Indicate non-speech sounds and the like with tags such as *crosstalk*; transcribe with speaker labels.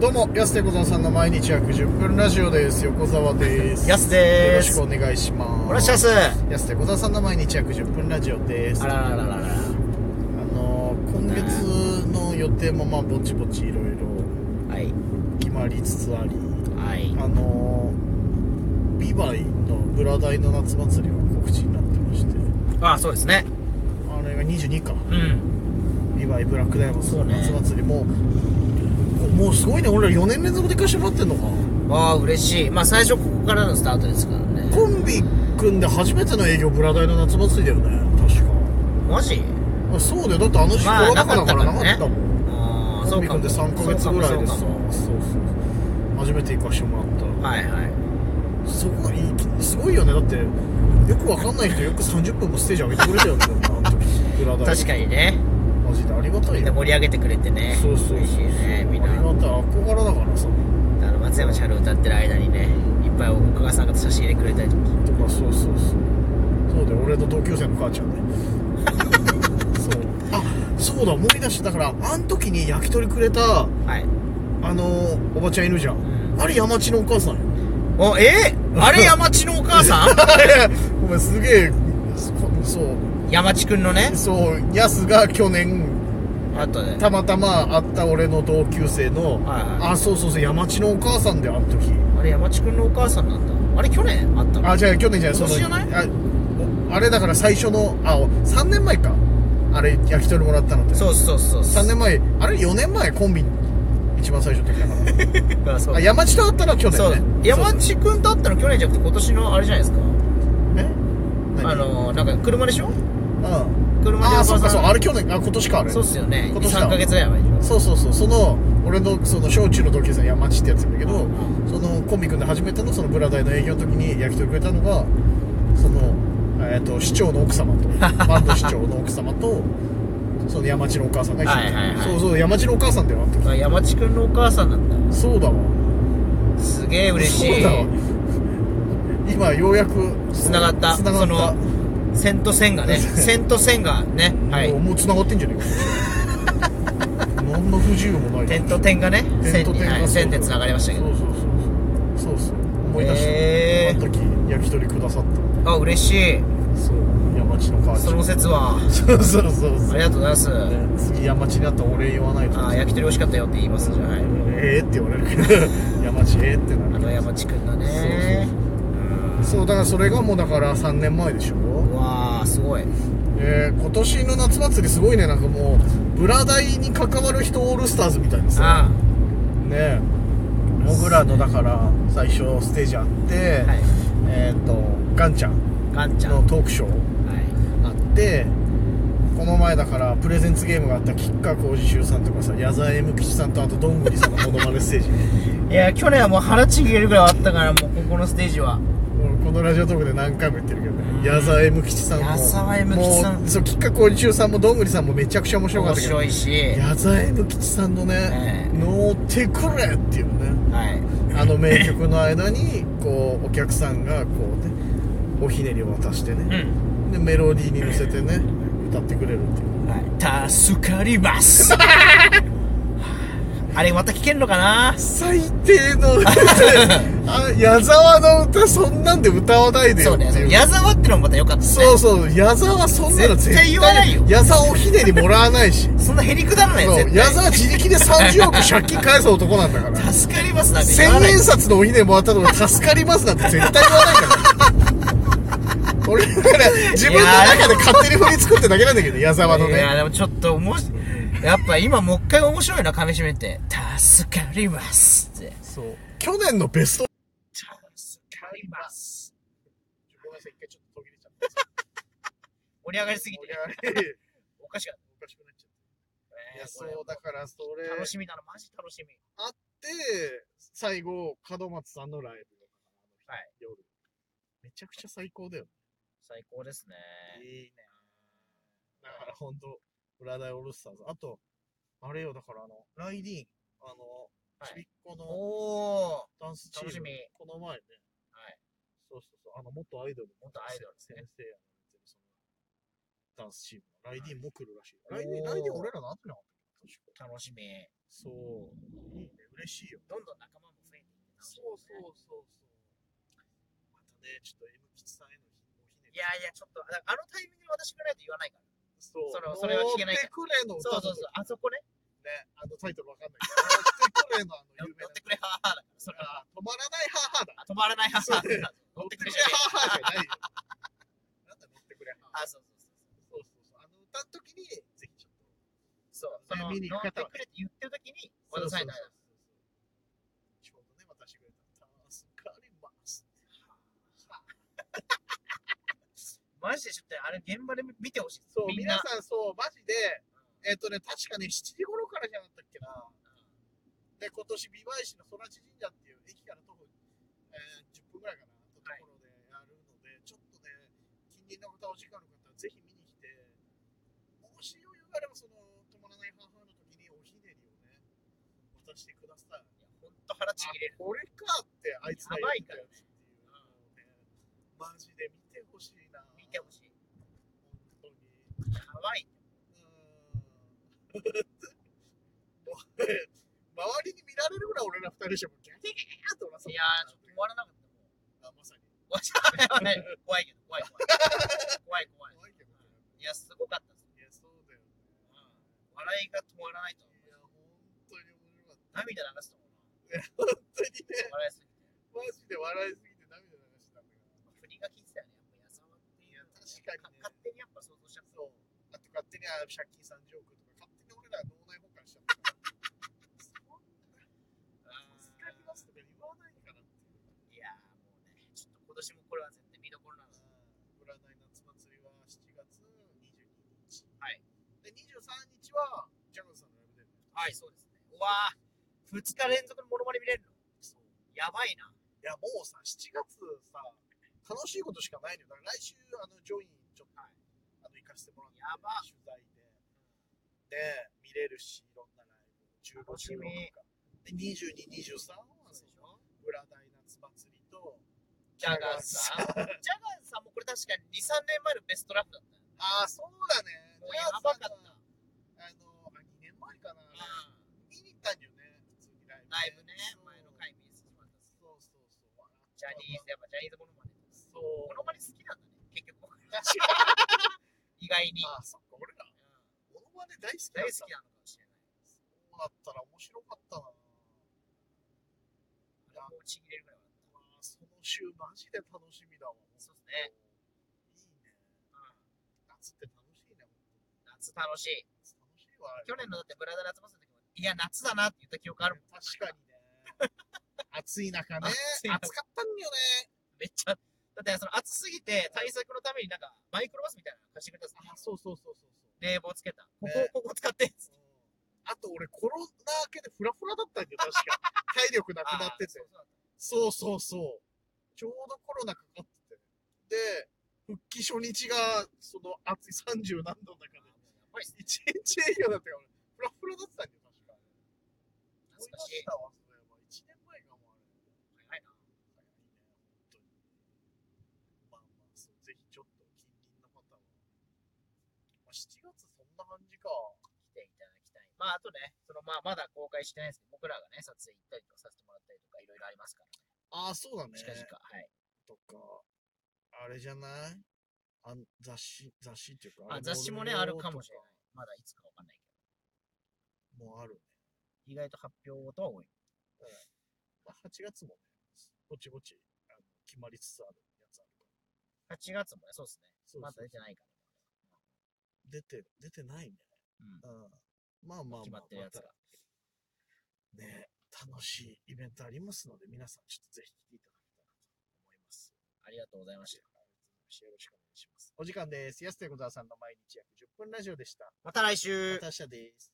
Speaker 1: どうも、安手小沢さんの毎日約10分ラジオです。横澤です。
Speaker 2: やすでーす
Speaker 1: よろしくお願いします。
Speaker 2: おらっしゃいますあ
Speaker 1: 安手小沢さんの毎日約10分ラジオです。
Speaker 2: ららららら
Speaker 1: あ
Speaker 2: ら
Speaker 1: のー、今月の予定もまあ、ぼちぼちいろいろ
Speaker 2: はい
Speaker 1: 決まりつつあり、
Speaker 2: はい
Speaker 1: あのー、ビバイのブラダイの夏祭りは告知になってまして、
Speaker 2: あそうですね
Speaker 1: あれが22か。
Speaker 2: うん
Speaker 1: ビバイブラックダイヤモンド
Speaker 2: そう
Speaker 1: の
Speaker 2: ね
Speaker 1: 夏祭りもう、もうすごいね、俺ら4年連続で行かしてもらってんのかな
Speaker 2: わあ嬉しいまあ最初ここからのスタートですからね
Speaker 1: コンビ組んで初めての営業ブラダイの夏祭りだよね確
Speaker 2: マジ
Speaker 1: かあそうだよだってあの時期コロナ禍だからなかったもん、
Speaker 2: ああー
Speaker 1: コ
Speaker 2: そ
Speaker 1: ン
Speaker 2: う
Speaker 1: ビ
Speaker 2: か
Speaker 1: 組んで3ヶ月ぐらいでさそうそうそう初めて行かしてもらった、
Speaker 2: はいはい
Speaker 1: そこがいいすごいよねだってよくわかんない人よく30分もステージ上げてくれたよねあの時ブラダイ
Speaker 2: 確かにね
Speaker 1: マジでありがたい
Speaker 2: みんな
Speaker 1: よ
Speaker 2: 盛り上げてくれてね
Speaker 1: そうそうそう
Speaker 2: 嬉しいねみんな
Speaker 1: ありがたい憧れだからさ
Speaker 2: あの松山千春歌ってる間にねいっぱいお母さんが差し入れくれたりとか
Speaker 1: とかそうそうそうそうだよ俺の同級生の母ちゃん
Speaker 2: *laughs*
Speaker 1: ねそうあそうだ思い出しただからあん時に焼き鳥くれた
Speaker 2: はい
Speaker 1: あのーおばちゃんいるじゃん、
Speaker 2: ん
Speaker 1: あれ山地のお母
Speaker 2: *laughs*
Speaker 1: さんよ
Speaker 2: おえあれ山地のお母
Speaker 1: *laughs*
Speaker 2: さん
Speaker 1: ごめんすげえそそう
Speaker 2: 山地くんのね
Speaker 1: そうヤスが去年
Speaker 2: あとね
Speaker 1: たまたま会った俺の同級生の、
Speaker 2: はいはい
Speaker 1: あそうそうそう山地のお母さんだよあの時
Speaker 2: あれ山地くんのお母さんなんだあれ去年あったの
Speaker 1: あじゃあ去年じゃないその
Speaker 2: 今年じ
Speaker 1: あおあれだから最初のあ3年前かあれ焼き鳥もらったのって
Speaker 2: そうそうそう
Speaker 1: 3年前あれ4年前コンビ一番最初の時だから
Speaker 2: あ *laughs* そう
Speaker 1: あ山地と会ったのは去
Speaker 2: そう
Speaker 1: 年ね
Speaker 2: 山地君と会ったの去年じゃなくて今年のあれじゃないですか
Speaker 1: そうね何
Speaker 2: あのなんか車でしょ
Speaker 1: うん
Speaker 2: 車で
Speaker 1: ああそ
Speaker 2: お
Speaker 1: う
Speaker 2: 母
Speaker 1: か
Speaker 2: さ
Speaker 1: そうんあれ去年あ今年かあれ
Speaker 2: そうっすよね
Speaker 1: 今年だ
Speaker 2: 3ヶ月ぐらい前でしょ
Speaker 1: そうそうそうその俺のその小中の同級生の山地ってやつだけどそのコンビ組んで初めてのそのブラダイの営業の時に焼き鳥くれたのがその、えー、と市長の奥様
Speaker 2: *laughs*
Speaker 1: とバンド市長の奥様とその山地のお母さんが一緒に、
Speaker 2: はいはいはい
Speaker 1: そうそう山地のお母さんだよあの時
Speaker 2: あ山地君のお母さんなん
Speaker 1: そうだわ
Speaker 2: だすげえ嬉し
Speaker 1: そう
Speaker 2: い
Speaker 1: だわ今ようやく
Speaker 2: つながった
Speaker 1: つなが
Speaker 2: そ
Speaker 1: った
Speaker 2: の線と
Speaker 1: *laughs*
Speaker 2: 線がね線と線がねはい
Speaker 1: もうもうつながってんじゃね
Speaker 2: *laughs*
Speaker 1: えか何の不自由もない
Speaker 2: 点と点がね線にはい線でつながりましたけど
Speaker 1: そうそうそうそうそうそう思い出した、
Speaker 2: へー
Speaker 1: あの時焼き鳥くださった
Speaker 2: あ嬉しい
Speaker 1: そう山地の母ち
Speaker 2: そ
Speaker 1: ゃ
Speaker 2: の
Speaker 1: ん
Speaker 2: 説は
Speaker 1: そうそうそう
Speaker 2: あ
Speaker 1: そう
Speaker 2: りがとうございます
Speaker 1: ね次山地になったら俺言わないと
Speaker 2: あ焼き鳥美味しかったよって言いますじゃない
Speaker 1: ええって言われるけ
Speaker 2: *laughs*
Speaker 1: ど山地ええって
Speaker 2: あ
Speaker 1: な
Speaker 2: の
Speaker 1: る
Speaker 2: 山地君がね
Speaker 1: そうだからそれがもうだから3年前でしょ
Speaker 2: うわあすごい
Speaker 1: えー、今年の夏祭りすごいねなんかもうブラダイに関わる人オールスターズみたいなさ
Speaker 2: あ
Speaker 1: ね僕らのだから最初ステージあって、
Speaker 2: はい
Speaker 1: えっ、とガンちゃん
Speaker 2: ガンちゃん
Speaker 1: のトークショー
Speaker 2: はい
Speaker 1: あってこの前だからプレゼンツゲームがあった吉川浩司修さんとかさ矢沢永吉さんとあとどんぐりさんのモノマネステー
Speaker 2: *laughs*
Speaker 1: ジ
Speaker 2: いや去年はもう腹ちぎれるぐらいあったからもうここのステージは
Speaker 1: もうこのラジオトークで何回も言ってるけどね矢沢永吉さんも
Speaker 2: 矢沢永吉さん
Speaker 1: もうそう吉川浩司修さんもどんぐりさんもめちゃくちゃ面白かっ
Speaker 2: 面
Speaker 1: たけど
Speaker 2: 白いし
Speaker 1: 矢沢永吉さんのね
Speaker 2: え
Speaker 1: 「乗ってくれ!」っていうね
Speaker 2: はい
Speaker 1: あの名曲の間
Speaker 2: *laughs*
Speaker 1: にこうお客さんがこうねおひねりを渡して
Speaker 2: う
Speaker 1: ね、
Speaker 2: ん
Speaker 1: でメロディーに乗せて
Speaker 2: *laughs*
Speaker 1: ね歌ってくれるっていう
Speaker 2: はい助かります
Speaker 1: *laughs*
Speaker 2: あれまた聞けんのかな
Speaker 1: 最低の
Speaker 2: *laughs*
Speaker 1: あ矢沢の歌そんなんで歌わないでよ
Speaker 2: そう
Speaker 1: って
Speaker 2: ね
Speaker 1: いう
Speaker 2: その矢沢ってのもまた良かったね
Speaker 1: そうそう矢沢そんなの絶対
Speaker 2: 絶対言わないよ
Speaker 1: 矢沢おひねりもらわない
Speaker 2: *laughs*
Speaker 1: し
Speaker 2: そんなへりくだらない
Speaker 1: そう
Speaker 2: 絶
Speaker 1: 矢
Speaker 2: 対
Speaker 1: 沢自力で30億借金返す男なんだ
Speaker 2: *laughs*
Speaker 1: から
Speaker 2: 助かりますなんて言わ
Speaker 1: 千
Speaker 2: ない
Speaker 1: 円札のおひねりもらったのが助かりますなんて絶対言わないから俺だから自分の中で勝手に振り作ってだけなんだけど矢沢の
Speaker 2: いや
Speaker 1: ね
Speaker 2: でもちょっとおもしやっぱ今もう一回面白いな噛み締めて助かりますって
Speaker 1: そう去年のベスト
Speaker 2: 助かります
Speaker 1: ごめんなさい一回ちょっと途切れちゃっ
Speaker 2: 盛り上がりすぎて
Speaker 1: た俺あれ
Speaker 2: おかしかっ
Speaker 1: おかしくなっちゃった
Speaker 2: た
Speaker 1: い
Speaker 2: ね
Speaker 1: や、そ
Speaker 2: これ
Speaker 1: う、だから、それ
Speaker 2: 楽しみだなのマジ楽しみ
Speaker 1: で、最後、門松さんのライブ。
Speaker 2: はい。
Speaker 1: 夜。めちゃくちゃ最高だよ。
Speaker 2: 最高ですね
Speaker 1: いいね。だから、ほんと、裏大オールスターズ。あと、あれよ、だから、あの、ライディーン、あの、
Speaker 2: はい
Speaker 1: ちびっこ
Speaker 2: お
Speaker 1: の
Speaker 2: お
Speaker 1: ダンスチーム。
Speaker 2: 楽しみ
Speaker 1: この前ね。
Speaker 2: はい
Speaker 1: そうそうそう。あの、元アイドル。
Speaker 2: 元アイドルですね
Speaker 1: 先生やってる、その、ダンスチーム。ライディーンも来るらしい。
Speaker 2: は
Speaker 1: ラ
Speaker 2: い
Speaker 1: イディーン、
Speaker 2: おー
Speaker 1: ライディーン俺らの後にあった確か
Speaker 2: 楽しみ
Speaker 1: そう。いいね。嬉しいよ。
Speaker 2: どんどん仲間も増えていって楽しいね、
Speaker 1: そうそうそうそう。またね、ちょっと M 吉さんへのひおひねり。
Speaker 2: いやいや、ちょっと、だからあのタイミングで私がないと言わないから。
Speaker 1: そう。
Speaker 2: そのそれは聞けない
Speaker 1: 乗ってくれの
Speaker 2: そう
Speaker 1: 歌
Speaker 2: そうそう、あそこね。
Speaker 1: う。ね、あのタイトルわかんないけど。乗ってくれのあの有名な
Speaker 2: *laughs* 乗ってくれ、はーはーだから。それ
Speaker 1: あ
Speaker 2: は、
Speaker 1: ー止まらないハーハーだ。
Speaker 2: あ止まらない、は
Speaker 1: 乗
Speaker 2: ーはーだ。乗
Speaker 1: っ
Speaker 2: っ
Speaker 1: てて
Speaker 2: く
Speaker 1: くれ
Speaker 2: れじゃね
Speaker 1: ハーハーじゃないよ。なんだ乗ってくれハーハー。
Speaker 2: *laughs* あ、そうそ
Speaker 1: そう
Speaker 2: うそうそう。
Speaker 1: そうそう。あの歌の時に、ぜひちょっと。
Speaker 2: そう、その、乗っ
Speaker 1: 見に行く
Speaker 2: て
Speaker 1: 方は
Speaker 2: くれって言ってる時に、渡さないな。
Speaker 1: ちょうどね、渡してくれた。助かります。
Speaker 2: マジでちょっと、あれ、現場で見てほしい。
Speaker 1: そう、
Speaker 2: みん
Speaker 1: 皆
Speaker 2: な。
Speaker 1: さん、そう、マジで、
Speaker 2: うん
Speaker 1: えっ、とね、確かね、7時頃からじゃなかったっけな。で、今年、美唄市の空知神社っていう駅から徒歩、えー10分ぐらいかな、のところでやるので、ちょっとね、近隣の方、お時間の方はぜひ見に来て、もし余裕があれば、その、止まらない母の時におひねりをね、渡してください。
Speaker 2: いや、ほんと腹ちぎれる。
Speaker 1: これかって、あいつがやってたやつっていうのをね、マジで見てほしいな。
Speaker 2: 見て
Speaker 1: い。
Speaker 2: ほしい。
Speaker 1: 本当に。
Speaker 2: かわいい。
Speaker 1: うーんもうね周りに見られるぐらい俺ら二人してもギャギャギャギャって俺はそ
Speaker 2: いうやー、ちょっと止まらな
Speaker 1: *laughs*
Speaker 2: かった。
Speaker 1: あ
Speaker 2: もう
Speaker 1: まさに
Speaker 2: わしゃべはね、怖いけど、怖い怖い。怖い怖い。
Speaker 1: 怖いけどね
Speaker 2: いや、すごかったです。
Speaker 1: いやそうだよね
Speaker 2: うん。笑いが止まらないと。
Speaker 1: いや本当に面白かっ
Speaker 2: 涙流すと思う
Speaker 1: た
Speaker 2: な。
Speaker 1: ね本当にね
Speaker 2: 笑いすぎて。
Speaker 1: マジで笑いすぎて涙流してたんだから
Speaker 2: 振りが効いてたよね。やっぱ、矢沢っていうのはね。
Speaker 1: 確かにね
Speaker 2: 勝手にやっぱ想像しちゃった。
Speaker 1: そうあと勝手にあ借金30億とか勝手に俺ら脳内保管しちゃったからそんな助かりますとか言わないからっていう
Speaker 2: いやー、もうね、ちょっと今年もこれは絶対見どころなので。
Speaker 1: 占い夏祭りは7月22日。
Speaker 2: はい。
Speaker 1: で、23日は、ジャガーさんのライブで、ね。
Speaker 2: はい、そうですね。うわー、2日連続のモノマネ見れるの
Speaker 1: そう。
Speaker 2: やばいな。
Speaker 1: いや、もうさ、7月さ、楽しいことしかないのよ。だから来週、あの、ジョイン、ちょっと、
Speaker 2: はい
Speaker 1: あの、行かせてもらって、
Speaker 2: やば
Speaker 1: 取材で。で、見れるし、いろんなライブ、15、
Speaker 2: 楽しみ
Speaker 1: 16か。で、22、23は、そ
Speaker 2: そうで
Speaker 1: の
Speaker 2: しょ
Speaker 1: 占い夏祭りと、
Speaker 2: ジャガーさん。ジャガーさんもこれ確かに2、3年前のベストラフだったよね。
Speaker 1: ああ、そうだね。
Speaker 2: もうやばかった。
Speaker 1: あの、あ2年前かな。
Speaker 2: うん
Speaker 1: 見に行ったんだよね、普通にライブ、
Speaker 2: ライブね、
Speaker 1: そう
Speaker 2: 前の回見せてもらったんですけど
Speaker 1: そうそうそう。
Speaker 2: ジャニーズ、やっぱジャニーズモノマネとか。
Speaker 1: そう
Speaker 2: モノマネ好きなんだね、結局。
Speaker 1: 確か
Speaker 2: 意外に
Speaker 1: に。。あ、そっか、俺ら、
Speaker 2: うん
Speaker 1: モノマネ大好きだっ
Speaker 2: 大好
Speaker 1: た
Speaker 2: き。なのかもしれない。
Speaker 1: そうだったら面白かったな。
Speaker 2: あれもうちぎれるぐらい笑っ
Speaker 1: ま
Speaker 2: た。
Speaker 1: あ、その週、マジで楽しみだわ。
Speaker 2: そうですね。
Speaker 1: いいね。
Speaker 2: うん
Speaker 1: 夏って楽しいね、本
Speaker 2: 夏楽しい。
Speaker 1: 当に。楽しいわ。
Speaker 2: 去年のだってブラザー夏祭りの時も、いや、夏だなって言った記憶あるもん。
Speaker 1: 確か
Speaker 2: *laughs*
Speaker 1: にね。暑い中ね。暑
Speaker 2: 暑い中
Speaker 1: かったんよね。
Speaker 2: めっちゃ。だってその暑すぎて対策のためになんかマイクロバスみたいなの貸してくれたんです
Speaker 1: あ、そ
Speaker 2: よ
Speaker 1: うそうそうそうそう。
Speaker 2: 冷房つけた。こ
Speaker 1: ね
Speaker 2: こ、ここ使って。
Speaker 1: うんあと俺コロナ明けでフラフラだったんだよ、確
Speaker 2: *laughs*
Speaker 1: か。体力なくなってて
Speaker 2: あー。そうそう
Speaker 1: そうそうそう。ちょうどコロナかかってて。で、復帰初日が、その暑い30何度の中で
Speaker 2: だったあー、もうやっぱり
Speaker 1: 一日営業だったから、俺フラフラだったんだよ、確か。思いま
Speaker 2: 懐かしい
Speaker 1: し。たわ、それは。1年前がもうあれ。
Speaker 2: 早いな。
Speaker 1: 早いね、本当に。まあまあ、そうぜひちょっと近隣の方は。まあ、7月そんな感じか。
Speaker 2: 来ていただきたい。まあ、あとね、そのまあ、まだ公開してないですけど、僕らがね、撮影行ったりとかさせてもらったりとか、いろいろありますから、
Speaker 1: ああ、そうだね。
Speaker 2: 近々、はい。
Speaker 1: とか、あれじゃないあん雑誌、雑誌っていうか。
Speaker 2: あ、
Speaker 1: れ
Speaker 2: 雑誌もね、
Speaker 1: 載
Speaker 2: あ
Speaker 1: よう
Speaker 2: るかもしれない
Speaker 1: と。
Speaker 2: まだいつかわかんないけ
Speaker 1: か。もうあるね。
Speaker 2: ど。意外と発表とは多い。
Speaker 1: まあ、8月もね、ぼちぼちあの決まりつつあるやつあるから。
Speaker 2: 8月もね、そうですね。
Speaker 1: そう
Speaker 2: ま
Speaker 1: そう
Speaker 2: だ出てないから。
Speaker 1: 出て、出てないね。
Speaker 2: うん。
Speaker 1: うん。まあまあまあ、
Speaker 2: 決まってるやつが。
Speaker 1: またね、楽しいイベントありますので、皆さんちょっとぜひ来ていただきたいなと思います。
Speaker 2: ありがとうございました。
Speaker 1: よろしくお願いします。お時間です。安手小沢さんの毎日約10分ラジオでした。
Speaker 2: また来週
Speaker 1: また明日です。